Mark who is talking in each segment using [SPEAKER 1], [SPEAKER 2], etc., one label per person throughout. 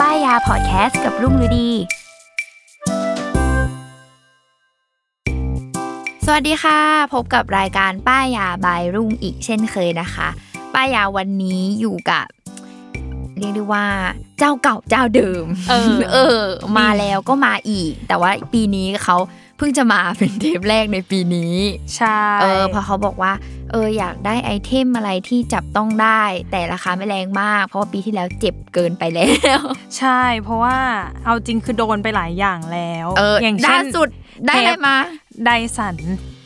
[SPEAKER 1] ป้ายยาพอดแคสต์กับรุ่งฤดี สวัสดีค่ะ พบกับรายการป้ายยาบายรุ่งอีกเช่นเคยนะคะ ป้ายยาวันนี้อยู่กับ เรียกได้ว่าเจ้าเก่าเจ้าเดิม
[SPEAKER 2] เออ
[SPEAKER 1] เออ มาแล้วก็มาอีก แต่ว่าปีนี้เขาเพิ่งจะมาเป็นเทปแรกในปีนี้
[SPEAKER 2] ใช่
[SPEAKER 1] เออเพอเขาบอกว่า เอออยากได้ไอเทมอะไรที่จับต้องได้ แต่ราคาไม่แรงมาก เพราะว่าปีที่แล้วเจ็บเกินไปแล้ว
[SPEAKER 2] ใช่เพราะว่าเอาจริงคือโดนไปหลายอย่างแล้ว
[SPEAKER 1] เอออย่าง
[SPEAKER 2] เช่
[SPEAKER 1] ล่าน สุดได้อะไรมา
[SPEAKER 2] ไดสัน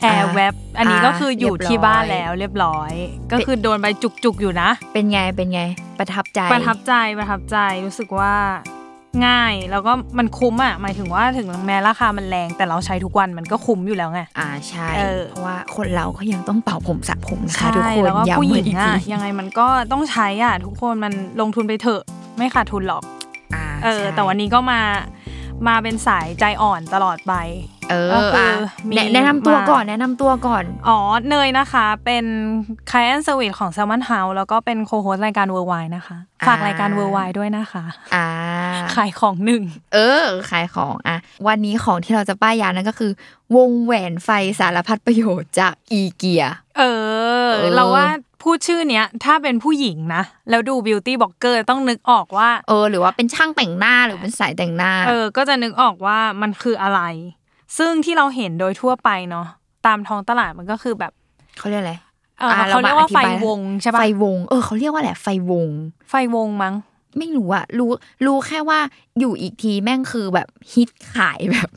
[SPEAKER 2] แอร์แวบอันนี้ก็คืออยู่
[SPEAKER 1] เรียบร้อย
[SPEAKER 2] ที่บ้านแล้วเรียบร้อย ก็คือโดนไปจุกๆอยู่นะ
[SPEAKER 1] เป็นไงเป็นไง ประทับใจ
[SPEAKER 2] ประทับใจประทับใจรู้สึกว่าง่ายแล้วก็มันคุ้มอ่ะหมายถึงว่าถึงแม้ราคามันแรง แต่เราใช้ทุกวันมันก็คุ้มอยู่แล้วไง
[SPEAKER 1] อ่าใช่
[SPEAKER 2] เออ
[SPEAKER 1] เพราะว่าคนเราก็ยังต้องเป่าผมสระผมนะคะ
[SPEAKER 2] ใช่
[SPEAKER 1] ทุกคน
[SPEAKER 2] แล้วก็
[SPEAKER 1] ย้ำ
[SPEAKER 2] ผู้หญิง
[SPEAKER 1] อีก
[SPEAKER 2] อ่ะ
[SPEAKER 1] ที
[SPEAKER 2] ยังไงมันก็ต้องใช้อ่ะทุกคนมันลงทุนไปเถอะไม่ขาดทุนหรอก
[SPEAKER 1] อ่า
[SPEAKER 2] เออ
[SPEAKER 1] ใช่
[SPEAKER 2] แต่วันนี้ก็มามาเป็นสายใจอ่อนตลอดไป
[SPEAKER 1] เออ
[SPEAKER 2] ก็คืออ่
[SPEAKER 1] ะ
[SPEAKER 2] มี
[SPEAKER 1] แนะแนะนำตัว
[SPEAKER 2] มา
[SPEAKER 1] ก่อนแนะนำตัวก่อน
[SPEAKER 2] อ๋อ เนยนะคะ เป็นคลเอนสวิตของ s ซ l m o n House แล้วก็เป็นโคโฮสรายการเวอร์ไวนะคะ ฝากรายการเวอร์ไวด้วยนะคะ
[SPEAKER 1] อ่า
[SPEAKER 2] ขายของหนึ่ง
[SPEAKER 1] เออ ขายของอ่ะ วันนี้ของที่เราจะป้ายยานั่นก็คือ วงแหวนไฟสารพัดประโยชน์จากอีเกีย
[SPEAKER 2] เออ
[SPEAKER 1] เออ
[SPEAKER 2] เราว่าพูดชื่อเนี้ย ถ้าเป็นผู้หญิงนะ แล้วดูบิวตี้บล็อกเกอร์ต้องนึกออกว่า
[SPEAKER 1] เออ หรือว่าเป็นช่างแต่งหน้าหรือเป็นสายแต่งหน้า
[SPEAKER 2] เออ ก็จะนึกออกว่ามันคืออะไร ซึ่งที่เราเห็นโดยทั่วไปเนาะตามท้องตลาดมันก็คือแบบ
[SPEAKER 1] เขาเรียกอะไร
[SPEAKER 2] เอออะ เขาเรียกว่า
[SPEAKER 1] อธิบย
[SPEAKER 2] ไฟวงใช่ปะ
[SPEAKER 1] ไฟวง เออ เขาเรียกว่าแหละไรไฟวง
[SPEAKER 2] ไฟวงมั้ง
[SPEAKER 1] ไม่รู้อะรู้ รู้แค่ว่าอยู่อีกทีแม่งคือแบบฮิตขายแบบ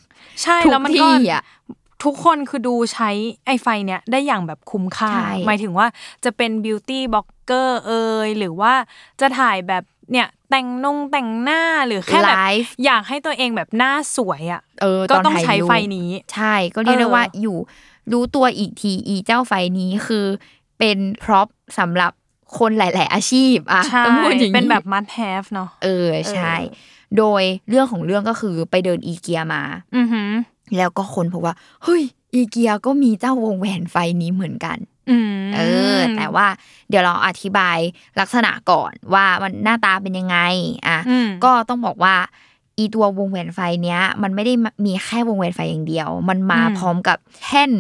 [SPEAKER 2] ใช่
[SPEAKER 1] ทุก
[SPEAKER 2] แล้วมันก็
[SPEAKER 1] ที่อะ
[SPEAKER 2] ทุกคนคือดูใช้ไอ้ไฟเนี้ยได้อย่างแบบคุ้มค่า
[SPEAKER 1] ใช่
[SPEAKER 2] หมายถึงว่าจะเป็นบิวตี้บล็อกเกอร์เอยหรือว่าจะถ่ายแบบเนี่ยแต่งนงแต่งหน้าหรือแค่
[SPEAKER 1] ไล
[SPEAKER 2] แบบ
[SPEAKER 1] ฟ์
[SPEAKER 2] อยากให้ตัวเองแบบหน้าสวยอ่ะ
[SPEAKER 1] เออ
[SPEAKER 2] ก็
[SPEAKER 1] น
[SPEAKER 2] ต้อง
[SPEAKER 1] ถ่าย
[SPEAKER 2] ใช้
[SPEAKER 1] รูป
[SPEAKER 2] ไฟนี้
[SPEAKER 1] ใช่ ก็เรียกได้
[SPEAKER 2] เออ
[SPEAKER 1] ว่าอยู่รู้ตัวอีกทีอีเจ้าไฟนี้คือเป็นพร็อพสำหรับคนหลาย ๆ อาชีพอะ
[SPEAKER 2] ใช่
[SPEAKER 1] ต้องพูดอย่าง
[SPEAKER 2] เป็นแบบ must have เนาะ
[SPEAKER 1] เออใช่
[SPEAKER 2] เออ
[SPEAKER 1] โดยเรื่องของเรื่องก็คือไปเดินอีเกียมา
[SPEAKER 2] อือหือ
[SPEAKER 1] แล้วก็คนพบว่าเฮ้ยอีเกียก็มีเจ้าวงแหวนไฟนี้เหมือนกัน
[SPEAKER 2] อืม
[SPEAKER 1] เออ แต่ว่าเดี๋ยวเราอธิบายลักษณะก่อนว่ามันหน้าตาเป็นยังไงอ่ะ
[SPEAKER 2] อืม
[SPEAKER 1] ก็ต้องบอกว่าอีตัววงแหวนไฟเนี้ย มันไม่ได้มีแค่วงแหวนไฟอย่างเดียว มันมาพร้อมกับแท่น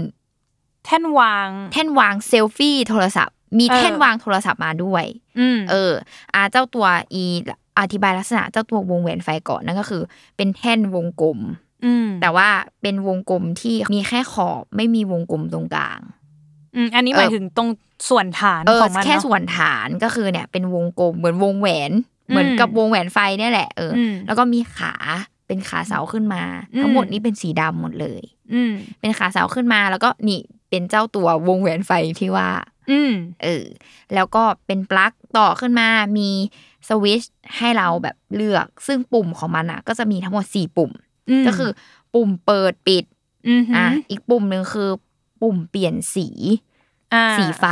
[SPEAKER 2] แท่นวาง
[SPEAKER 1] แท่นวางเซลฟี่โทรศัพท์ มี
[SPEAKER 2] เออ
[SPEAKER 1] แท่นวางโทรศัพท์มาด้วย
[SPEAKER 2] อืม
[SPEAKER 1] เอออาเจ้าตัวอีอธิบายลักษณะเจ้าตัววงแหวนไฟก่อนนั่นก็คือ เป็นแท่นวงกลม
[SPEAKER 2] อืม
[SPEAKER 1] แต่ว่าเป็นวงกลมที่มีแค่ขอบไม่มีวงกลมตรงกลาง
[SPEAKER 2] อืมอันนี้หมายถึงตรงส่วนฐาน
[SPEAKER 1] เออ
[SPEAKER 2] ของมัน
[SPEAKER 1] แค่
[SPEAKER 2] เนาะ
[SPEAKER 1] ส่วนฐานก็คือเนี่ยเป็นวงกลมเหมือนวงแหวน เหมือนกับวงแหวนไฟเนี่ยแหละเอออ
[SPEAKER 2] ม
[SPEAKER 1] แล้วก็มีขาเป็นขาเสาขึ้นมา
[SPEAKER 2] อืม
[SPEAKER 1] ทั้งหมดนี้เป็นสีดำหมดเลย
[SPEAKER 2] อืม
[SPEAKER 1] เป็นขาเสาขึ้นมาแล้วก็นี่เป็นเจ้าตัววงแหวนไฟที่ว่า
[SPEAKER 2] อืม
[SPEAKER 1] เออแล้วก็เป็นปลั๊กต่อขึ้นมา มีสวิตชให้เราแบบเลือก ซึ่งปุ่มของมันอ่ะ ก็จะมีทั้งหมด 4 ปุ่ม
[SPEAKER 2] ม
[SPEAKER 1] ก็คือปุ่มเปิดปิด
[SPEAKER 2] มหื
[SPEAKER 1] อ่ะอีกปุ่มหนึ่งคือปุ่มเปลี่ยนสี
[SPEAKER 2] อ่า
[SPEAKER 1] สีไฟ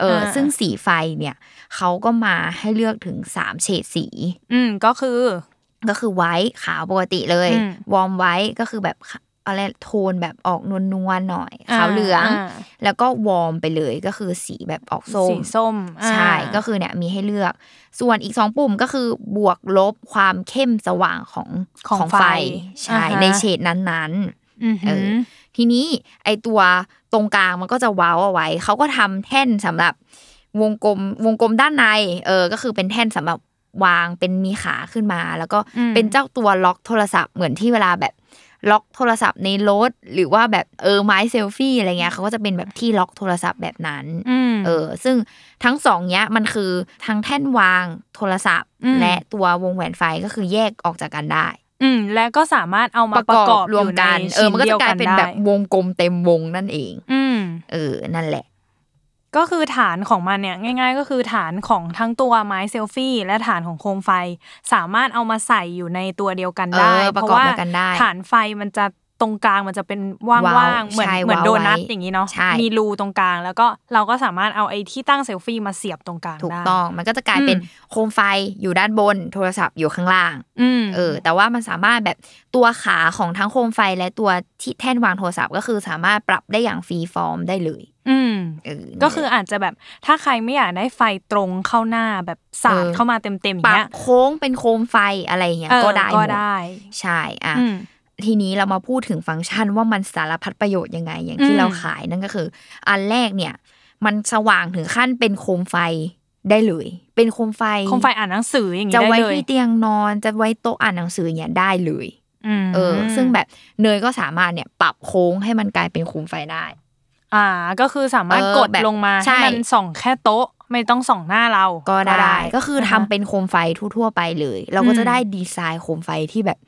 [SPEAKER 1] เออ
[SPEAKER 2] อ่า
[SPEAKER 1] ซึ่งสีไฟเนี่ยเขาก็มาให้เลือกถึง 3 เฉดสี
[SPEAKER 2] อืมก็คือ
[SPEAKER 1] ก็คือไว้ขาวปกติเลย
[SPEAKER 2] อืม
[SPEAKER 1] วอร์มไว้ก็คือแบบอะไรโทนแบบออกนวลๆหน่อยขาวเหลือง
[SPEAKER 2] า
[SPEAKER 1] แล้วก็วอร์มไปเลยก็คือสีแบบออกส้
[SPEAKER 2] สี
[SPEAKER 1] ม
[SPEAKER 2] ส้มอ่า
[SPEAKER 1] ใช่ ก็คือเนี่ยมีให้เลือก ส่วนอีกสองปุ่มก็คือบวกลบความเข้มสว่างของ
[SPEAKER 2] ของไฟ
[SPEAKER 1] ใช่
[SPEAKER 2] อ่าฮะ
[SPEAKER 1] ในเฉดนั้น
[SPEAKER 2] อหือ
[SPEAKER 1] ๆ ทีนี้ไอตัวตรงกลางมันก็จะเว้าเอาไว้ เขาก็ทำแท่นสำหรับวงกลมวงกลมด้านใน เออ ก็คือเป็นแท่นสำหรับวางเป็นมีขาขึ้นมา แล้วก็เป็นเจ้าตัวล็อกโทรศัพท์เหมือนที่เวลาแบบ ล็อกโทรศัพท์ในรถ หรือว่าแบบเออไม้เซลฟี่อะไรเงี้ยเขาก็จะเป็นแบบที่ล็อกโทรศัพท์แบบนั้น
[SPEAKER 2] อืม
[SPEAKER 1] เออซึ่งทั้งสองเนี้ยมันคือทั้งแท่นวางโทรศัพท์
[SPEAKER 2] อืม
[SPEAKER 1] และตัววงแหวนไฟก็คือแยกออกจากกันได้
[SPEAKER 2] อืมและก็สามารถเอามาประกอบ
[SPEAKER 1] รวมกัน
[SPEAKER 2] อยู่ใ
[SPEAKER 1] เออมันก็จะกลายเป็นแบบ
[SPEAKER 2] ชิ้ดีวกัได้
[SPEAKER 1] วงกลมเต็มวงนั่นเอง
[SPEAKER 2] อืม
[SPEAKER 1] เออ นั่นแหละ
[SPEAKER 2] ก็คือฐานของมันเนี่ยง่าย ๆ ก็คือฐานของทั้งตัวไม้เซลฟี่และฐานของโคมไฟ สามารถเอามาใส่อยู่ในตัวเดียวกันได้
[SPEAKER 1] เออป
[SPEAKER 2] เพ
[SPEAKER 1] ระกอบ
[SPEAKER 2] ราะว่า
[SPEAKER 1] ด้วยกันได้
[SPEAKER 2] ฐานไฟมันจะตรงกลางมันจะเป็นว่
[SPEAKER 1] ว้า
[SPEAKER 2] าว งๆเหมือน
[SPEAKER 1] ใช่
[SPEAKER 2] เหมือน
[SPEAKER 1] ว้าว
[SPEAKER 2] โดนัท
[SPEAKER 1] ไว้
[SPEAKER 2] อย่างนี้เนาะ
[SPEAKER 1] ใช่
[SPEAKER 2] มีรูตรงกลาง แล้วก็เราก็สามารถเอาไอ้ที่ตั้งเซลฟี่มาเสียบตรงกลาง
[SPEAKER 1] ถูก
[SPEAKER 2] ได้
[SPEAKER 1] ต้อง มันก็จะกลายเป็น
[SPEAKER 2] อืม
[SPEAKER 1] โคมไฟอยู่ด้านบน โทรศัพท์อยู่ข้างล่าง
[SPEAKER 2] อืม
[SPEAKER 1] เออ แต่ว่ามันสามารถแบบตัวขาของทั้งโคมไฟและตัวที่แท่นวางโทรศัพท์ ก็คือสามารถปรับได้อย่างฟรีฟอร์มได้เลย
[SPEAKER 2] อืม
[SPEAKER 1] เออ
[SPEAKER 2] ก็คืออาจจะแบบถ้าใครไม่อยากได้ไฟตรงเข้าหน้าแบบสาด
[SPEAKER 1] เออ
[SPEAKER 2] เข้ามาเต็มๆอ
[SPEAKER 1] ป
[SPEAKER 2] ย่าง
[SPEAKER 1] รับ
[SPEAKER 2] เงี้ย
[SPEAKER 1] โค้งเป็นโคมไฟอะไรอย่างเงี้ย
[SPEAKER 2] เออ
[SPEAKER 1] ก็ได้หม
[SPEAKER 2] ก็
[SPEAKER 1] ด
[SPEAKER 2] ได้
[SPEAKER 1] ใช่อ่ะ
[SPEAKER 2] อืม
[SPEAKER 1] ทีนี้เรามาพูดถึงฟังก์ชันว่ามันสารพัดประโยชน์ยังไง อย่าง
[SPEAKER 2] อื
[SPEAKER 1] ที่
[SPEAKER 2] ม
[SPEAKER 1] เราขายนั่นก็คือ อันแรกเนี่ย มันสว่างถึงขั้นเป็นโคมไฟได้เลย เป็นโคมไฟ
[SPEAKER 2] โคมไฟอ่านหนังสืออย่างงี้
[SPEAKER 1] จะ
[SPEAKER 2] ได้
[SPEAKER 1] ไว้
[SPEAKER 2] เลย
[SPEAKER 1] ที่เตียงนอนจะไว้โต๊ะอ่านหนังสืออย่างเนี้ยได้เลย
[SPEAKER 2] ม
[SPEAKER 1] เออ ซึ่งแบบเนยก็สามารถเนี่ยปรับโค้งให้มันกลายเป็นโคมไฟได้
[SPEAKER 2] อ่าก็คือสามารถ
[SPEAKER 1] เออก
[SPEAKER 2] ด
[SPEAKER 1] แบบ
[SPEAKER 2] ลงมา
[SPEAKER 1] ใช่
[SPEAKER 2] ให้มันส่องแค่โต๊ะไม่ต้องส่องหน้าเรา
[SPEAKER 1] ก็ได้ก็คือทำ
[SPEAKER 2] นะคะ
[SPEAKER 1] เป็นโคมไฟทั่วๆไปเลย เราก็
[SPEAKER 2] อืม
[SPEAKER 1] จะได้ดีไซน์โคมไฟที่แบบ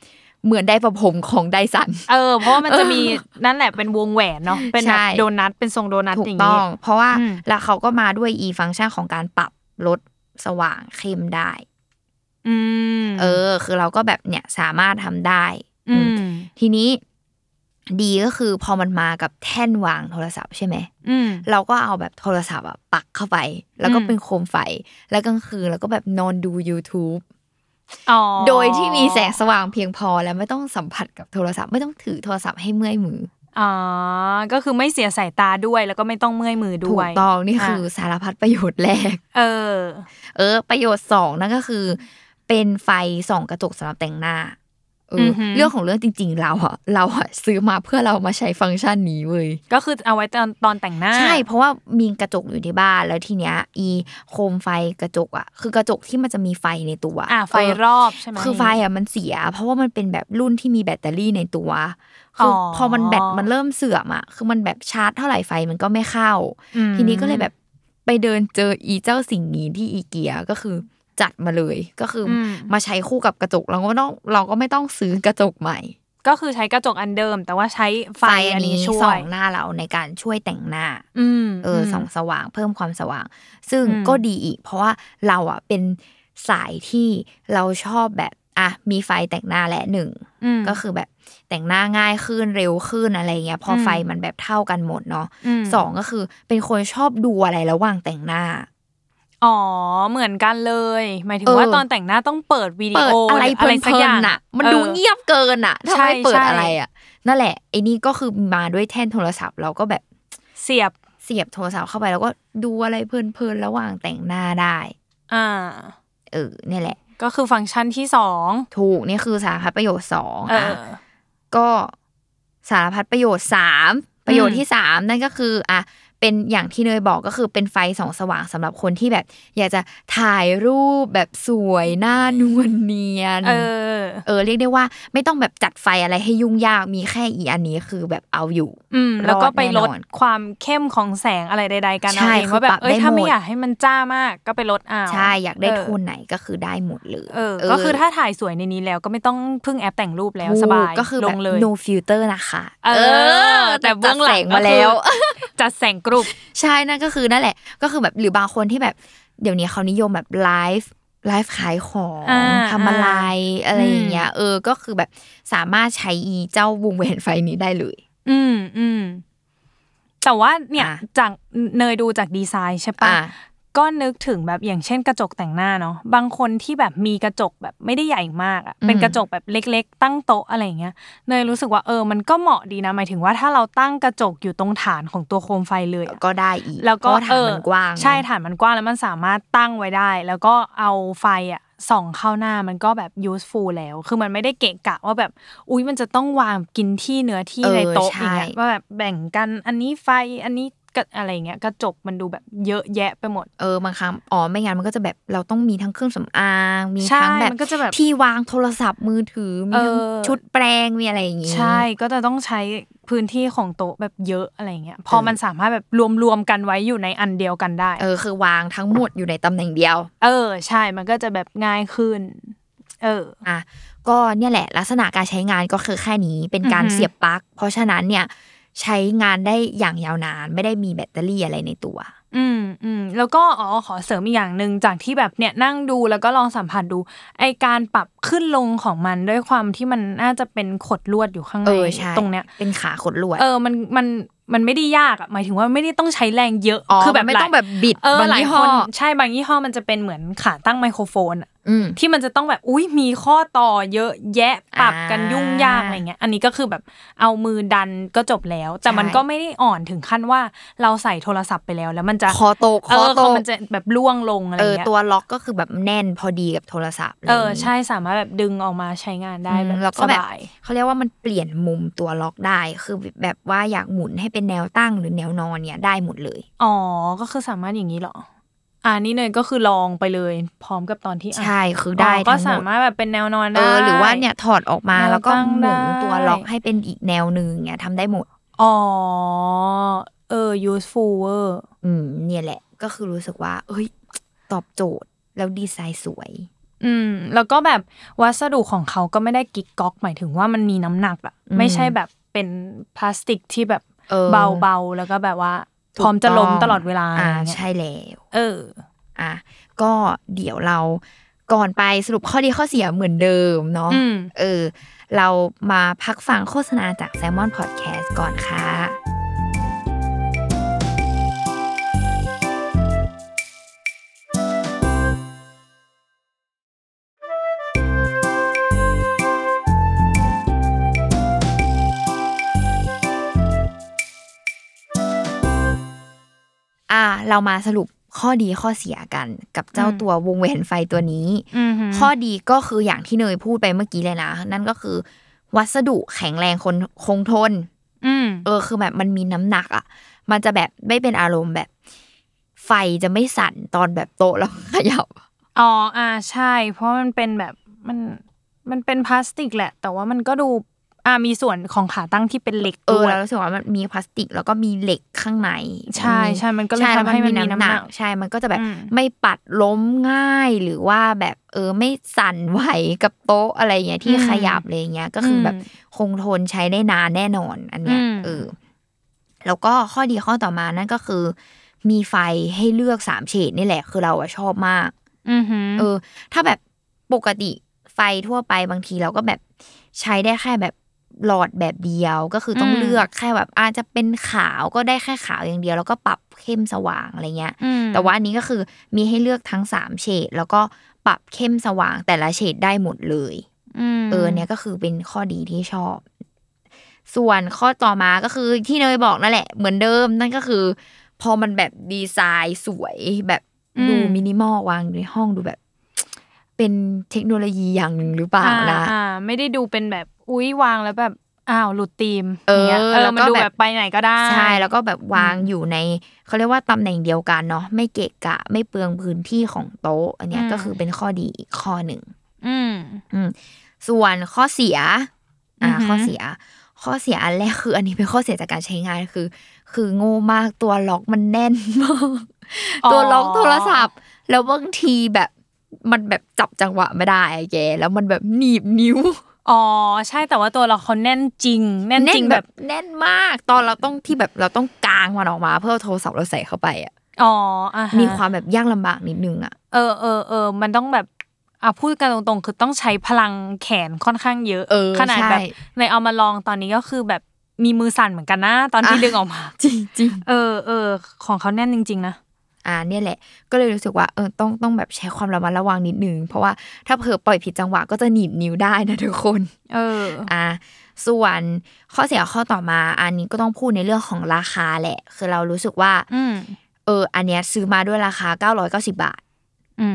[SPEAKER 1] เหมือนไดประผมของไดสัน
[SPEAKER 2] เออเพราะว่ามันจะมีนั่นแหละเป็นวงแหวนเนาะเป็นแบบ
[SPEAKER 1] ใช่
[SPEAKER 2] โดนัทเป็นทรงโดนัท
[SPEAKER 1] ถู
[SPEAKER 2] อกย่าง
[SPEAKER 1] ต้
[SPEAKER 2] นี้
[SPEAKER 1] อง เพราะว่า
[SPEAKER 2] อืม
[SPEAKER 1] แล้วเขาก็มาด้วยอีฟังก์ชันของการปรับลดสว่างเข้มได้
[SPEAKER 2] อืม
[SPEAKER 1] เออ คือเราก็แบบเนี่ยสามารถทำได้อื
[SPEAKER 2] อื
[SPEAKER 1] ม
[SPEAKER 2] ม
[SPEAKER 1] ทีนี้ดีก็คือพอมันมากับแท่นวางโทรศัพท์ใช่ไหม
[SPEAKER 2] อืม
[SPEAKER 1] เราก็เอาแบบโทรศัพท์อะปักเข้าไป แล้วก็
[SPEAKER 2] อืม
[SPEAKER 1] เป็นโคมไฟ แล้วกลางคืนเราก็แบบนอนดู YouTube
[SPEAKER 2] อ๋อ
[SPEAKER 1] โดยที่มีแสงสว่างเพียงพอแล้วไม่ต้องสัมผัสกับโทรศัพท์ไม่ต้องถือโทรศัพท์ให้เมื่อยมือ
[SPEAKER 2] อ๋อก็คือไม่เสียสายตาด้วยแล้วก็ไม่ต้องเมื่อยมือ
[SPEAKER 1] ถู
[SPEAKER 2] ด้ว
[SPEAKER 1] ก
[SPEAKER 2] ย
[SPEAKER 1] ต้องนี่คือสารพัดประโยชน์แรก
[SPEAKER 2] เออ
[SPEAKER 1] เออ ประโยชน์สองนั่นก็คือ เป็นไฟส่องกระจกสำหรับแต่งหน้าเออ
[SPEAKER 2] อหือ
[SPEAKER 1] เรื่องของเรื่องจริง ๆ เราอะ เราอะซื้อมาเพื่อเรามาใช้ฟังก์ชันนี้เว้ย
[SPEAKER 2] ก็คือเอาไว้ตอนตอนแต่งหน้า
[SPEAKER 1] ใช่เพราะว่ามีกระจกอยู่ที่บ้านแล้วทีเนี้ย อีโคมไฟกระจกอะคือกระจกที่มันจะมีไฟในตัว
[SPEAKER 2] อ่าไฟ
[SPEAKER 1] เ
[SPEAKER 2] รอบใช่ไหม
[SPEAKER 1] คือไฟอ่ะมันเสีย เพราะว่ามันเป็นแบบรุ่นที่มีแบตเตอรี่ในตัวคืออ
[SPEAKER 2] อ
[SPEAKER 1] พอมันแบตมันเริ่มเสื่อมอ่ะคือมันแบบชาร์จเท่าไหร่ไฟมันก็ไม่เข้า
[SPEAKER 2] อืม
[SPEAKER 1] ทีนี้ก็เลยแบบไปเดินเจออีเจ้าสิ่งนี้ที่อีเกียก็คือจัดมาเลยก็คืออ
[SPEAKER 2] อืม
[SPEAKER 1] มาใช้คู่กับกระจกเราก็ไม่ต้องเราก็ไม่ต้องซื้อกระจกใหม่
[SPEAKER 2] ก็คือใช้กระจกอันเดิม แต่ว่าใช้ไฟอันนี้ช่ว
[SPEAKER 1] ส่อย งหน้าเราในการช่วยแต่งหน้า
[SPEAKER 2] อืม
[SPEAKER 1] เอออส่องสว่างเพิ่มความสว่าง ซึ่ง
[SPEAKER 2] อืม
[SPEAKER 1] ก็ดีอีก เพราะว่าเราอ่ะเป็นสายที่เราชอบแบบอ่ะมีไฟแต่งหน้าและหนึ่ง
[SPEAKER 2] อืม
[SPEAKER 1] ก็คือแบบแต่งหน้าง่ายขึ้นเร็วขึ้นอะไรเงี้ยพออ
[SPEAKER 2] ม
[SPEAKER 1] ไฟมันแบบเท่ากันหมดเนาะ
[SPEAKER 2] ม
[SPEAKER 1] สองก็คือเป็นคนชอบดูอะไรระหว่างแต่งหน้า
[SPEAKER 2] อ๋อเหมือนกันเลยหมายถึง
[SPEAKER 1] เออ
[SPEAKER 2] ว่าตอนแต่งหน้าต้องเปิดวิดี
[SPEAKER 1] เปิด
[SPEAKER 2] โอ
[SPEAKER 1] อะไร
[SPEAKER 2] ห
[SPEAKER 1] เพ
[SPEAKER 2] สั
[SPEAKER 1] ลิ
[SPEAKER 2] กอน ย่าง
[SPEAKER 1] ๆน่ะ มัน
[SPEAKER 2] ออ
[SPEAKER 1] ดูเงียบเกินอ่ะทำ
[SPEAKER 2] ใช่
[SPEAKER 1] ไมเปิด
[SPEAKER 2] ใช่
[SPEAKER 1] อะไรอ่ะนั่นแหละไอ้นี่ก็คือมาด้วยแท่นโทรศัพท์เราก็แบบ
[SPEAKER 2] เสียบ
[SPEAKER 1] เสียบโทรศัพท์เข้าไปแล้วก็ดูอะไรเพลินๆระหว่างแต่งหน้าได้
[SPEAKER 2] อ่า
[SPEAKER 1] เออเนี่ยแหละ
[SPEAKER 2] ก็คือฟังก์ชันที่สอง
[SPEAKER 1] ถูกนี่คือสารพัดประโยชน์สอง
[SPEAKER 2] เอ
[SPEAKER 1] อ่ะ
[SPEAKER 2] อ
[SPEAKER 1] ก็สารพัดประโยชน์สามประโยชน์ที่สามนั่นก็คืออ่ะเป็นอย่างที่เนยบอกก็คือเป็นไฟส่องสว่างสำหรับคนที่แบบ อยากจะถ่ายรูปแบบสวยหน้านวลเนียน
[SPEAKER 2] เออ
[SPEAKER 1] เออเรียกได้ว่าไม่ต้องแบบจัดไฟอะไรให้ยุ่งยากมีแค่อีอันนี้คือแบบเอาอยู่
[SPEAKER 2] อืม แล้วก็ไปลด
[SPEAKER 1] รอดแน่นอน
[SPEAKER 2] ความเข้มของแสงอะไรใด ๆ กันเอา
[SPEAKER 1] ใช่
[SPEAKER 2] เอง
[SPEAKER 1] คือ
[SPEAKER 2] ว่าแบ
[SPEAKER 1] ปรั
[SPEAKER 2] บบ เอ้ย
[SPEAKER 1] ได้
[SPEAKER 2] ถ้า
[SPEAKER 1] หมด
[SPEAKER 2] ไม่อยากให้มันจ้ามากก็ไปลดเอา
[SPEAKER 1] ใช่อยากได้
[SPEAKER 2] เ
[SPEAKER 1] โทนไหนก็คือได้หมดเลย
[SPEAKER 2] เออ ก็คือถ้าถ่ายสวยในนี้แล้วก็ไม่ต้องพึ่งแอปแต่งรูปแล้วสบาย
[SPEAKER 1] ก็คือ
[SPEAKER 2] ล
[SPEAKER 1] แบบ
[SPEAKER 2] งเลย
[SPEAKER 1] no filter นะคะ
[SPEAKER 2] เออ แต่เบื้องหลัง
[SPEAKER 1] จัดแสมาแล้ว
[SPEAKER 2] ก็คือจัดแสงกรุบ
[SPEAKER 1] ใช่นั่นก็คือนั่นแหละ ก็คือแบบหรือบางคนที่แบบเดี๋ยวนี้เขานิยมแบบไลฟ์ไลฟ์ขายของ
[SPEAKER 2] อ่า
[SPEAKER 1] ทำอะไรอะไร
[SPEAKER 2] อืม
[SPEAKER 1] อย่างเงี้ยเออก็คือแบบสามารถใช้อีเจ้าวงแหวนไฟนี้ได้เลย
[SPEAKER 2] อืมอืมแต่ว่าเนี่ย
[SPEAKER 1] อ่ะ
[SPEAKER 2] จากเนยดูจากดีไซน์ใช่
[SPEAKER 1] อ่ะ
[SPEAKER 2] ปะ ก็นึกถึงแบบอย่างเช่นกระจกแต่งหน้าเนาะบางคนที่แบบมีกระจกแบบไม่ได้ใหญ่มากอะ
[SPEAKER 1] อืม
[SPEAKER 2] เป็นกระจกแบบเล็ก ๆ ตั้งโต๊ะอะไรอย่างเงี้ยเนยรู้สึกว่าเออมันก็เหมาะดีนะหมายถึงว่าถ้าเราตั้งกระจกอยู่ตรงฐานของตัวโคมไฟเลยอะ
[SPEAKER 1] ก็ได้อีก
[SPEAKER 2] แล้วก็
[SPEAKER 1] เพราะาฐานมันกว้าง
[SPEAKER 2] เออ
[SPEAKER 1] เนอะ
[SPEAKER 2] ใช่ฐานมันกว้างแล้วมันสามารถตั้งไว้ได้ แล้วก็เอาไฟอะส่องเข้าหน้ามันก็แบบ useful แล้ว คือมันไม่ได้เกะกะว่าแบบอุ๊ยมันจะต้องวางกินที่เนื้อที่
[SPEAKER 1] เออ
[SPEAKER 2] ในโต๊ะ
[SPEAKER 1] ใช่
[SPEAKER 2] อย่างเงี้ยว่าแบบแบ่งกันอันนี้ไฟอันนี้ กระอะไรอย่างเงี้ยกระจกมันดูแบบเยอะแยะไปหมด
[SPEAKER 1] เออบางครั้งอ๋อไม่งั้นมันก็จะแบบเราต้องมีทั้งเครื่องสำอางมี
[SPEAKER 2] ใช่
[SPEAKER 1] ทั้งแบบ
[SPEAKER 2] มันก็จะแบบ
[SPEAKER 1] ที่วางโทรศัพท์มือถือมีทั้ง
[SPEAKER 2] เออ
[SPEAKER 1] ชุดแปลงมีอะไรอย่างงี้
[SPEAKER 2] ใช่ก็จะต้องใช้พื้นที่ของโต๊ะแบบเยอะอะไรอย่างเงี้ยพอมันสามารถแบบรวมๆกันไว้อยู่ในอันเดียวกันได้
[SPEAKER 1] เออคือวางทั้งหมดอยู่ในตำแหน่งเดียว
[SPEAKER 2] เออใช่มันก็จะแบบง่ายขึ้น เออ
[SPEAKER 1] อ่ะก็เนี่ยแหละลักษณะการใช้งานก็คือแค่นี้เป็นการ
[SPEAKER 2] อือหือ
[SPEAKER 1] เสียบปลั๊กเพราะฉะนั้นเนี่ยใช้งานได้อย่างยาวนานไม่ได้มีแบตเตอรี่อะไรในตัว
[SPEAKER 2] อืมอืมแล้วก็อ๋อขอเสริมอีกอย่างหนึ่งจากที่แบบเนี่ยนั่งดูแล้วก็ลองสัมผัสดู ไอการปรับขึ้นลงของมันด้วยความที่มันน่าจะเป็นขดลวดอยู่ข้างใน
[SPEAKER 1] เออใช่
[SPEAKER 2] ตรงเนี้ย
[SPEAKER 1] เป็นขาขดลวด
[SPEAKER 2] เออมันมันมันไม่ได้ยากอะหมายถึงว่าไม่ได้ต้องใช้แรงเยอะ
[SPEAKER 1] อ๋อ
[SPEAKER 2] คือแบ
[SPEAKER 1] มั
[SPEAKER 2] บ
[SPEAKER 1] นไม่ต้อง
[SPEAKER 2] หลาย
[SPEAKER 1] แบบบิด
[SPEAKER 2] เออบ
[SPEAKER 1] าง
[SPEAKER 2] หลาย
[SPEAKER 1] ยี่
[SPEAKER 2] ค
[SPEAKER 1] ห้อน
[SPEAKER 2] ใช่บางยี่ห้อมันจะเป็นเหมือนขาตั้งไมโครโฟนอะ
[SPEAKER 1] อืม
[SPEAKER 2] ที่มันจะต้องแบบอุ้ยมีข้อต่อเยอะแยะปรับกัน
[SPEAKER 1] อ่ายุ่
[SPEAKER 2] ยุ่งยากอะไรเงี้ย อันนี้ก็คือแบบเอามือดันก็จบแล้ว แต่มัน
[SPEAKER 1] ใช่
[SPEAKER 2] ก็ไม่ได้อ่อนถึงขั้นว่าเราใส่โทรศัพท์ไปแล้ว แล้วมันจะ
[SPEAKER 1] คอตกค
[SPEAKER 2] เอ
[SPEAKER 1] อ
[SPEAKER 2] อ
[SPEAKER 1] ต
[SPEAKER 2] คอม
[SPEAKER 1] ก
[SPEAKER 2] มันจะแบบล่วงลงอะไร
[SPEAKER 1] เออ
[SPEAKER 2] เงี้ย
[SPEAKER 1] ตัวล็อกก็คือแบบแน่นพอดีกับโทรศัพท์ะไร
[SPEAKER 2] เอย่าง อ
[SPEAKER 1] งี้
[SPEAKER 2] ใช่สามารถแบบดึงออกมาใช้งานได้
[SPEAKER 1] อืม
[SPEAKER 2] แบบ
[SPEAKER 1] แล้วก็
[SPEAKER 2] ส
[SPEAKER 1] แบบ
[SPEAKER 2] บาย
[SPEAKER 1] เขาเรียกว่ามันเปลี่ยนมุมตัวล็อกได้ คือแบบว่าอยากหมุนให้เป็นแนวตั้งหรือแนวนอนเนี่ยได้หมดเลย
[SPEAKER 2] อ๋อก็คือสามารถอย่างนี้เหรออ่านี่เนยก็คือลองไปเลย พร้อมกับตอนที่อ่ะ
[SPEAKER 1] ใช่คือได้
[SPEAKER 2] ก็
[SPEAKER 1] ทั้งหม
[SPEAKER 2] สา
[SPEAKER 1] ด
[SPEAKER 2] มารถแบบเป็นแนวนอน
[SPEAKER 1] เอ
[SPEAKER 2] ได้
[SPEAKER 1] อหรือว่าเนี่ยถอดออกมา
[SPEAKER 2] แนวตั้ง
[SPEAKER 1] แล้วก็หมุน
[SPEAKER 2] ได้
[SPEAKER 1] ตัวล็อกให้เป็นอีกแนวหนึ่งเนี่ยทำได้หมด
[SPEAKER 2] อ๋อเออ useful เวอร์
[SPEAKER 1] อืมเนี่ยแหละ ก็คือรู้สึกว่า เอ้ย ตอบโจทย์แล้วดีไซน์สวย
[SPEAKER 2] อืม แล้วก็แบบวัสดุของเขาก็ไม่ได้กิ๊กก๊อก หมายถึงว่ามันมีน้ำหนักอะ
[SPEAKER 1] อืม
[SPEAKER 2] ไม่ใช่แบบเป็นพลาสติกที่แบบ
[SPEAKER 1] เออ
[SPEAKER 2] เบาๆแล้วก็แบบว่า
[SPEAKER 1] ถู
[SPEAKER 2] พ
[SPEAKER 1] ก
[SPEAKER 2] ร้อมจะล้
[SPEAKER 1] ง
[SPEAKER 2] มตลอดเวลา
[SPEAKER 1] อ่า
[SPEAKER 2] อย่างเงี้ย
[SPEAKER 1] ใช่แล้ว
[SPEAKER 2] เออ
[SPEAKER 1] อ่ะก็เดี๋ยวเราก่อนไปสรุปข้อดีข้อเสียเหมือนเดิมเนาะ
[SPEAKER 2] อืม
[SPEAKER 1] เออ เรามาพักฟังโฆษณาจาก s ซ l m o n Podcast ก่อนค่ะ อ่า เรามาสรุปข้อดีข้อเสียกันกับเจ้า
[SPEAKER 2] อืม
[SPEAKER 1] ตัววงแหวนไฟตัวนี้
[SPEAKER 2] อืม
[SPEAKER 1] ข้อดีก็คืออย่างที่เนยพูดไปเมื่อกี้เลยนะ นั่นก็คือ วัสดุแข็งแรงคนคงทน
[SPEAKER 2] อืม
[SPEAKER 1] เออคือแบบมันมีน้ำหนักอ่ะ มันจะแบบไม่เป็นอารมณ์แบบ ไฟจะไม่สั่นตอนแบบโต๊ะแล้ว ขยับ
[SPEAKER 2] อ๋อ อ่า ใช่ เพราะมันเป็นแบบ มัน มันเป็นพลาสติกแหละ แต่ว่ามันก็ดู อ่า มีส่วนของขาตั้งที่เป็นเหล็ก
[SPEAKER 1] เออ
[SPEAKER 2] ด้วย
[SPEAKER 1] เรารู้สึกว่ามันมีพลาสติกแล้วก็มีเหล็กข้างใน
[SPEAKER 2] ใช่ใช่มันก็เลย
[SPEAKER 1] ใช่
[SPEAKER 2] ทำให้มันมีน้ำหนัก
[SPEAKER 1] ใช่มันก็จะแบบ
[SPEAKER 2] อืม
[SPEAKER 1] ไม่ปัดล้มง่ายหรือว่าแบบเออไม่สั่นไหวกับโต๊ะอะไรอย่างเงี้ยที่ขยับอะไรอย่างเงี้ยก็คือแบบ
[SPEAKER 2] ม
[SPEAKER 1] คงทนใช้ได้นานแน่นอนอันเนี้ย
[SPEAKER 2] อืม
[SPEAKER 1] เออแล้วก็ข้อดีข้อต่อมานั่นก็คือ มีไฟให้เลือกสามเฉดนี่แหละ คือเราอะชอบมาก
[SPEAKER 2] อือหือ
[SPEAKER 1] เออ ถ้าแบบปกติไฟทั่วไปบางทีเราก็แบบใช้ได้แค่แบบหลอดแบบเดียวก็คือต้องเลือกแค่แบบอาจจะเป็นขาวก็ได้แค่ขาวอย่างเดียว แล้วก็ปรับเข้มสว่างอะไรเงี้ย
[SPEAKER 2] ม
[SPEAKER 1] แต่ว่าอันนี้ก็คือมีให้เลือกทั้งสามเฉดแล้วก็ปรับเข้มสว่างแต่ละเฉดได้หมดเลย
[SPEAKER 2] ม
[SPEAKER 1] เออเนี่ยก็คือเป็นข้อดีที่ชอบ ส่วนข้อต่อมาก็คือที่เนยบอกนั่นแหละ เหมือนเดิมนั่นก็คือ พอมันแบบดีไซน์สวยแบบดูมินิมอลวางอยู่ในห้องดูแบบ เป็นเทคโนโลยีอย่างหนึ่งหรือเปล่านะ
[SPEAKER 2] อ่า ไม่ได้ดูเป็นแบบ อุ้ยวางแล้วแบบ อ้าว หลุดธีม
[SPEAKER 1] เออ
[SPEAKER 2] นี่ยเอ
[SPEAKER 1] แล้ว
[SPEAKER 2] อ
[SPEAKER 1] ก็
[SPEAKER 2] มันดู
[SPEAKER 1] แบ
[SPEAKER 2] แบบ บไปไหนก็ได้
[SPEAKER 1] ใช่แล้วก็แบบวางอยู่ในเขาเรียกว่าตำแหน่งเดียวกันเนาะไม่เกะกะ ไม่เปลืองพื้นที่ของโต๊ะ อันเนี้ย
[SPEAKER 2] อืม
[SPEAKER 1] ก็คือเป็นข้อดีอีกข้อหนึ่ง
[SPEAKER 2] อืม
[SPEAKER 1] ส่วนข้อเสีย อ่า
[SPEAKER 2] อือหือ
[SPEAKER 1] ข้อเสีย ข้อเสียอันแรกคือ อันนี้เป็นข้อเสียจากการใช้งานคือ คือโง่มากตัวล็อกมันแน่นมาก ตัวล็อกโทรศัพท์ แล้วบางทีแบบมันแบบจับจังหวะไม่ได้อะแกแล้วมันแบบหนีบนิ้ว
[SPEAKER 2] อ๋อ ใช่ แต่ว่าตัวล็อกเขาแน่นจริง แน่นจริงแบบ
[SPEAKER 1] แน่นมาก ตอนเราต้องที่แบบเราต้องกางมันออกมา เพื่อเอาโทรศัพท์เราใส่เข้าไปอ่ะ
[SPEAKER 2] อ๋ออ่าฮะ
[SPEAKER 1] มีความแบบยากลำบากนิดนึงอ่ะ
[SPEAKER 2] เออเออเออ มันต้องแบบอ่ะพูดกันตรงๆ คือต้องใช้พลังแขนค่อนข้างเยอะ
[SPEAKER 1] เออ
[SPEAKER 2] ขนาด
[SPEAKER 1] ใช่
[SPEAKER 2] แบบในเอามาลองตอนนี้ก็คือแบบมีมือสั่นเหมือนกันนะตอนที่ดึงออกมา
[SPEAKER 1] จริงจริง
[SPEAKER 2] เออเออ ของเขาแน่นจริง ๆ นะ
[SPEAKER 1] อ่าเนี่ยแหละก็เลยรู้สึกว่าเออต้องต้องแบบใช้ความระมัดระวังนิดนึง เพราะว่าถ้าเผลอปล่อยผิดจังหวะก็จะหนีบนิ้วได้นะ ทุกคน
[SPEAKER 2] เออ
[SPEAKER 1] อ่าส่วนข้อเสียข้อต่อมาอันนี้ก็ต้องพูดในเรื่องของราคาแหละ คือเรารู้สึกว่า
[SPEAKER 2] อืม
[SPEAKER 1] เอออันเนี้ยซื้อมาด้วยราคา 990 บาท
[SPEAKER 2] อื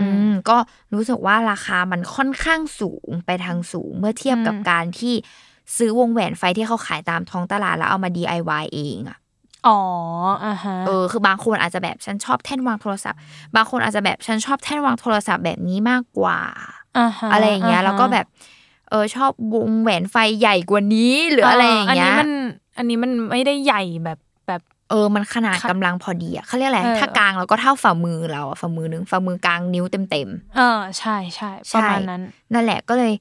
[SPEAKER 1] อื
[SPEAKER 2] ม
[SPEAKER 1] มก็รู้สึกว่าราคามันค่อนข้างสูงไปทางสูงเมื่อเทียบกับ
[SPEAKER 2] อืม
[SPEAKER 1] การที่ซื้อวงแหวนไฟที่เขาขายตามท้องตลาดแล้วเอามา DIY เองอะ
[SPEAKER 2] อ อ๋ออ่าฮะ
[SPEAKER 1] เออคือบางคนอาจจะแบบฉันชอบแท่นวางโทรศัพท์ บางคนอาจจะแบบฉันชอบแท่นวางโทรศัพท์แบบนี้มากกว่า
[SPEAKER 2] าฮ
[SPEAKER 1] อะไรอย่างเงี้ย
[SPEAKER 2] ฮะ
[SPEAKER 1] แล้วก็แบบเออชอบวงแหวนไฟใหญ่กว่านี้หรืออะไรอย่างเงี้ย
[SPEAKER 2] นนี้มันอันนี้มันไม่ได้ใหญ่แบบแบบ
[SPEAKER 1] เออมันขนาดกำลังพอดีอะเขาเรียกอะไร
[SPEAKER 2] เออ
[SPEAKER 1] ถ้ากลางเราก็เท่าฝ่ามือเราอะฝ่ามือหนึ่งฝ่ามือกลางนิ้วเต็ม
[SPEAKER 2] เออใช่ใช่
[SPEAKER 1] ใช่
[SPEAKER 2] ประมาณนั้น
[SPEAKER 1] ๆนั่นแหละก็เลย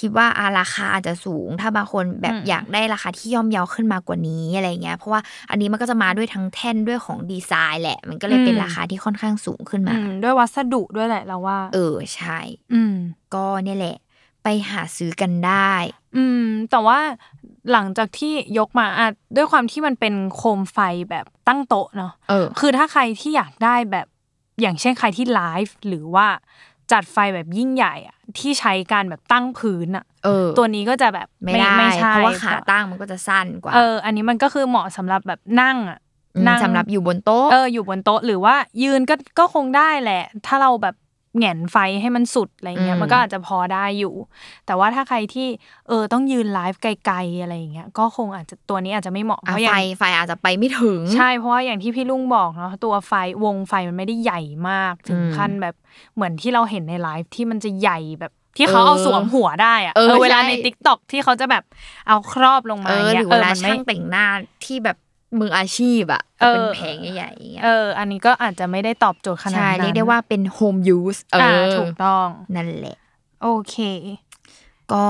[SPEAKER 1] คิดว่าอาราคาอาจจะสูง ถ้าบางคนแบบ
[SPEAKER 2] อืม
[SPEAKER 1] อยากได้ราคาที่ย่อมเยาขึ้นมากว่านี้อะไรเงี้ยเพราะว่าอันนี้มันก็จะมาด้วยทั้งแท่นด้วยของดีไซน์แหละ มันก็เลยเป็นราคาที่ค่อนข้างสูงขึ้นมา
[SPEAKER 2] อืมด้วยวัสดุด้วยแหละเราว่า
[SPEAKER 1] เออใช่
[SPEAKER 2] อืม
[SPEAKER 1] ก็เนี่ยแหละ ไปหาซื้อกันได้
[SPEAKER 2] อืม แต่ว่าหลังจากที่ยกมาอ่ะด้วยความที่มันเป็นโคมไฟแบบตั้งโต๊ะเนาะ
[SPEAKER 1] เออ
[SPEAKER 2] คือถ้าใครที่อยากได้แบบอย่างเช่นใครที่ไลฟ์หรือว่าจัดไฟแบบยิ่งใหญ่อะที่ใช้การแบบตั้งพื้นอะ
[SPEAKER 1] เออ
[SPEAKER 2] ตัวนี้ก็จะแบบ
[SPEAKER 1] ไม่ได้
[SPEAKER 2] ไม่ใช่
[SPEAKER 1] เพราะว่าขาตั้งมันก็จะสั้นกว่า
[SPEAKER 2] เออ อันนี้มันก็คือเหมาะสำหรับแบบนั่งอะ
[SPEAKER 1] ม
[SPEAKER 2] นั่ง
[SPEAKER 1] สำหรับอยู่บนโต๊ะ
[SPEAKER 2] เอออยู่บนโต๊ะหรือว่ายืนก็ก็คงได้แหละ ถ้าเราแบบแหงนไฟให้มันสุดอะไรเงี้
[SPEAKER 1] อื
[SPEAKER 2] ย
[SPEAKER 1] ม
[SPEAKER 2] มันก็อาจจะพอได้อยู่ แต่ว่าถ้าใครที่เออต้องยืนไลฟ์ไกลๆอะไรอย่างเงี้ยก็คงอาจจะตัวนี้อาจจะไม่เหมาะเพ
[SPEAKER 1] อ่ะไฟ
[SPEAKER 2] ราะอย่าง
[SPEAKER 1] ไฟอาจจะไปไม่ถึง
[SPEAKER 2] ใช่เพราะว่าอย่างที่พี่ลุงบอกเนาะตัวไฟวงไฟมันไม่ได้ใหญ่มากถึง
[SPEAKER 1] อืม
[SPEAKER 2] ขั้นแบบเหมือนที่เราเห็นในไลฟ์ที่มันจะใหญ่แบบที่เขาเอา
[SPEAKER 1] เออ
[SPEAKER 2] สวมหัวได้อะ
[SPEAKER 1] เออ
[SPEAKER 2] เวลา
[SPEAKER 1] ใช่
[SPEAKER 2] ในทิกตอกที่เขาจะแบบเอาครอบลงมา
[SPEAKER 1] เออห
[SPEAKER 2] นี่ย
[SPEAKER 1] รือเวลา
[SPEAKER 2] มันไม่
[SPEAKER 1] ช่างแต่งหน้าที่แบบมืออาชีพอะ
[SPEAKER 2] เออ
[SPEAKER 1] เป็นแผงใหญ่ๆอย่างเงี้ย
[SPEAKER 2] เออ อันนี้ก็อาจจะไม่ได้ตอบโจทย์ขนาด
[SPEAKER 1] ใช่
[SPEAKER 2] นั้น
[SPEAKER 1] เรียกได้ว่าเป็นโฮมยูสเออ
[SPEAKER 2] ถูกต้อง
[SPEAKER 1] นั่นแหละ
[SPEAKER 2] โอเค
[SPEAKER 1] ก็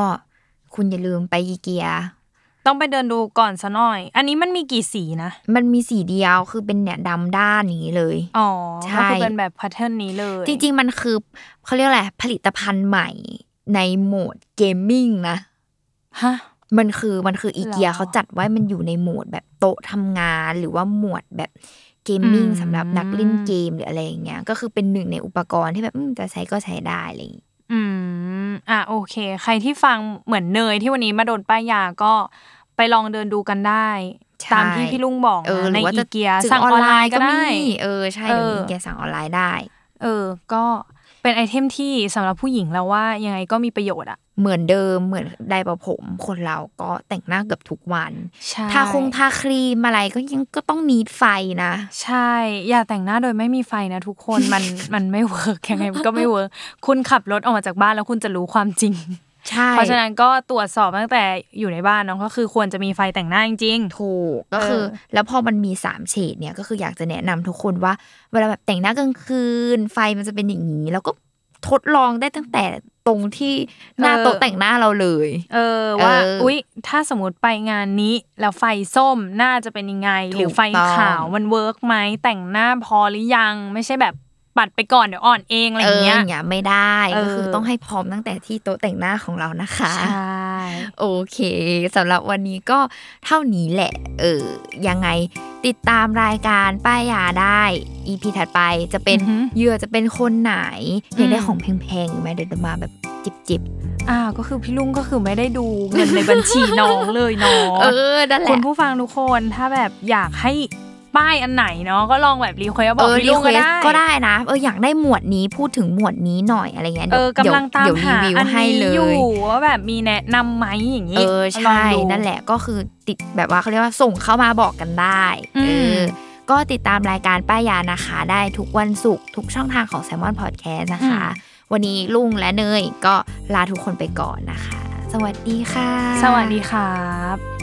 [SPEAKER 1] คุณอย่าลืมไปอีเกีย
[SPEAKER 2] ต้องไปเดินดูก่อนซะหน่อย อันนี้มันมีกี่สีนะ
[SPEAKER 1] มันมีสีเดียวคือเป็นเนี่ยดำด้านอย่างนี้เลย
[SPEAKER 2] อ๋อ
[SPEAKER 1] ใช่
[SPEAKER 2] ก็คือเป็นแบบแพทเทิร์นนี้เลย
[SPEAKER 1] จริงๆ มันคือเขาเรียกอะไรผลิตภัณฑ์ใหม่ในโหมดเกมมิ่งนะ
[SPEAKER 2] ฮะ
[SPEAKER 1] มันคือมันคืออีเกีย
[SPEAKER 2] หรอ
[SPEAKER 1] เขาจัดไว้มันอยู่ในโหมดแบบโต๊ะทำงาน หรือว่าหมวดแบบเกมมิ่ง
[SPEAKER 2] อืม
[SPEAKER 1] สำหรับนักเล่นเกมหรืออะไรอย่างเงี้ยก็คือเป็นหนึ่งในอุปกรณ์ที่แบบอืมจะใช้ก็ใช้ได้อะไรอย่างงี้
[SPEAKER 2] อืม อ่ะโอเค ใครที่ฟังเหมือนเนยที่วันนี้มาโดนป้ายยาก็ไปลองเดินดูกันได้ ตามที่พี่ลุงบอก
[SPEAKER 1] เออ
[SPEAKER 2] นะ
[SPEAKER 1] ห
[SPEAKER 2] ใน
[SPEAKER 1] รือว่า
[SPEAKER 2] อี
[SPEAKER 1] จะ
[SPEAKER 2] เกีย
[SPEAKER 1] ซื้
[SPEAKER 2] สั่งออนไลน์ก็ได้
[SPEAKER 1] มีเออใช่เดี๋ยว
[SPEAKER 2] เออ
[SPEAKER 1] นี้เกียสั่งออนไลน์ได้
[SPEAKER 2] เออ ก็เป็นไอเทมที่สำหรับผู้หญิงแล้วว่ายังไงก็มีประโยชน์อ่ะ
[SPEAKER 1] เหมือนเดิมเหมือนไดร์ประผมคนเราก็แต่งหน้าเกือบทุกวัน
[SPEAKER 2] ใช่
[SPEAKER 1] ทาคงทาครีมอะไรก็ยังก็ต้องนีดไฟนะ
[SPEAKER 2] ใช่ อย่าแต่งหน้าโดยไม่มีไฟนะทุกคน มัน มันไม่เวิร์กยังไงมันก็ไม่เวิร์กคุณขับรถออกมาจากบ้านแล้วคุณจะรู้ความจริง
[SPEAKER 1] ใช่
[SPEAKER 2] เพราะฉะนั้นก็ตรวจสอบตั้งแต่อยู่ในบ้านเนาะก็คือควรจะมีไฟแต่งหน้าจริง
[SPEAKER 1] ถูกก็คือ
[SPEAKER 2] เออ
[SPEAKER 1] แล้วพอมันมีสามเฉดเนี่ยก็คืออยากจะแนะนำทุกคนว่า เวลาแบบแต่งหน้ากลางคืน ไฟมันจะเป็นอย่างนี้ แล้วก็ทดลองได้ตั้งแต่ตรงที่หน้าโต๊ะแต่งหน้าเราเลย
[SPEAKER 2] ๆเออว่า
[SPEAKER 1] เอออุ๊
[SPEAKER 2] อุ๊ยถ้าสมมติไปงานนี้ แล้วไฟส้มน่าจะเป็นยังไง
[SPEAKER 1] ถูก
[SPEAKER 2] หรือไฟขาว
[SPEAKER 1] ต้อง
[SPEAKER 2] มันเวิร์กไหมแต่งหน้าพอหรือยัง ไม่ใช่แบบปัดไปก่อนเดี๋ยวอ่อนเองอะไร
[SPEAKER 1] เอ
[SPEAKER 2] อ
[SPEAKER 1] อ
[SPEAKER 2] ย่างเงี้
[SPEAKER 1] อย ย่างเงี้ยไม่ได้
[SPEAKER 2] เออ
[SPEAKER 1] ก็คือต้องให้พร้อมตั้งแต่ที่โต๊ะแต่งหน้าของเรานะคะ
[SPEAKER 2] ใช่
[SPEAKER 1] โอเคสำหรับวันนี้ก็เท่านี้แหละ เออยังไงติดตามรายการป้ายยาได้ EP ถัดไปจะเป็น
[SPEAKER 2] อือหือ
[SPEAKER 1] เหยื่อจะเป็นคนไหนอยากได้
[SPEAKER 2] อืม
[SPEAKER 1] ของแพงๆไหมเดี๋ยวจะมาแบบจิบ
[SPEAKER 2] อ่าก็คือพี่ลุงก็คือไม่ได้ดูเงินในบัญชีน้องเลยน้อง
[SPEAKER 1] ๆเออนั่นแห
[SPEAKER 2] คุ
[SPEAKER 1] ละ
[SPEAKER 2] ณผู้ฟังทุกคนถ้าแบบอยากให้ป้ายอันไหนเนาะก็ลองแบบรีเควสบ
[SPEAKER 1] เอ
[SPEAKER 2] อก
[SPEAKER 1] อ
[SPEAKER 2] พี่
[SPEAKER 1] รี
[SPEAKER 2] ลุง
[SPEAKER 1] เควส
[SPEAKER 2] ก็ได้
[SPEAKER 1] ก็ได้นะเอออยากได้หมวดนี้พูดถึงหมวดนี้หน่อยอะไรเงี้ย
[SPEAKER 2] เอ
[SPEAKER 1] เดี๋ยว
[SPEAKER 2] อกำลังตาม
[SPEAKER 1] เดี๋ยวรี
[SPEAKER 2] หา
[SPEAKER 1] วิว
[SPEAKER 2] อัน
[SPEAKER 1] ให้
[SPEAKER 2] นี้
[SPEAKER 1] เล
[SPEAKER 2] อยู่
[SPEAKER 1] ย
[SPEAKER 2] ว่าแบบมีแนะนำไหมอย่างนี้
[SPEAKER 1] เออ
[SPEAKER 2] ลอ
[SPEAKER 1] ใช่
[SPEAKER 2] งดู
[SPEAKER 1] นั่นแหละก็คือติดแบบว่าเขาเรียกว่าส่งเข้ามาบอกกันได้
[SPEAKER 2] อืม
[SPEAKER 1] เออก็ติดตามรายการป้ายยานะคะ ได้ทุกวันศุกร์ทุกช่องทางของ s ซ l m o n Podcast นะคะ วันนี้ลุงและเนยก็ลาทุกคนไปก่อนนะคะ สวัสดีค่ะ
[SPEAKER 2] สวัสดีครับ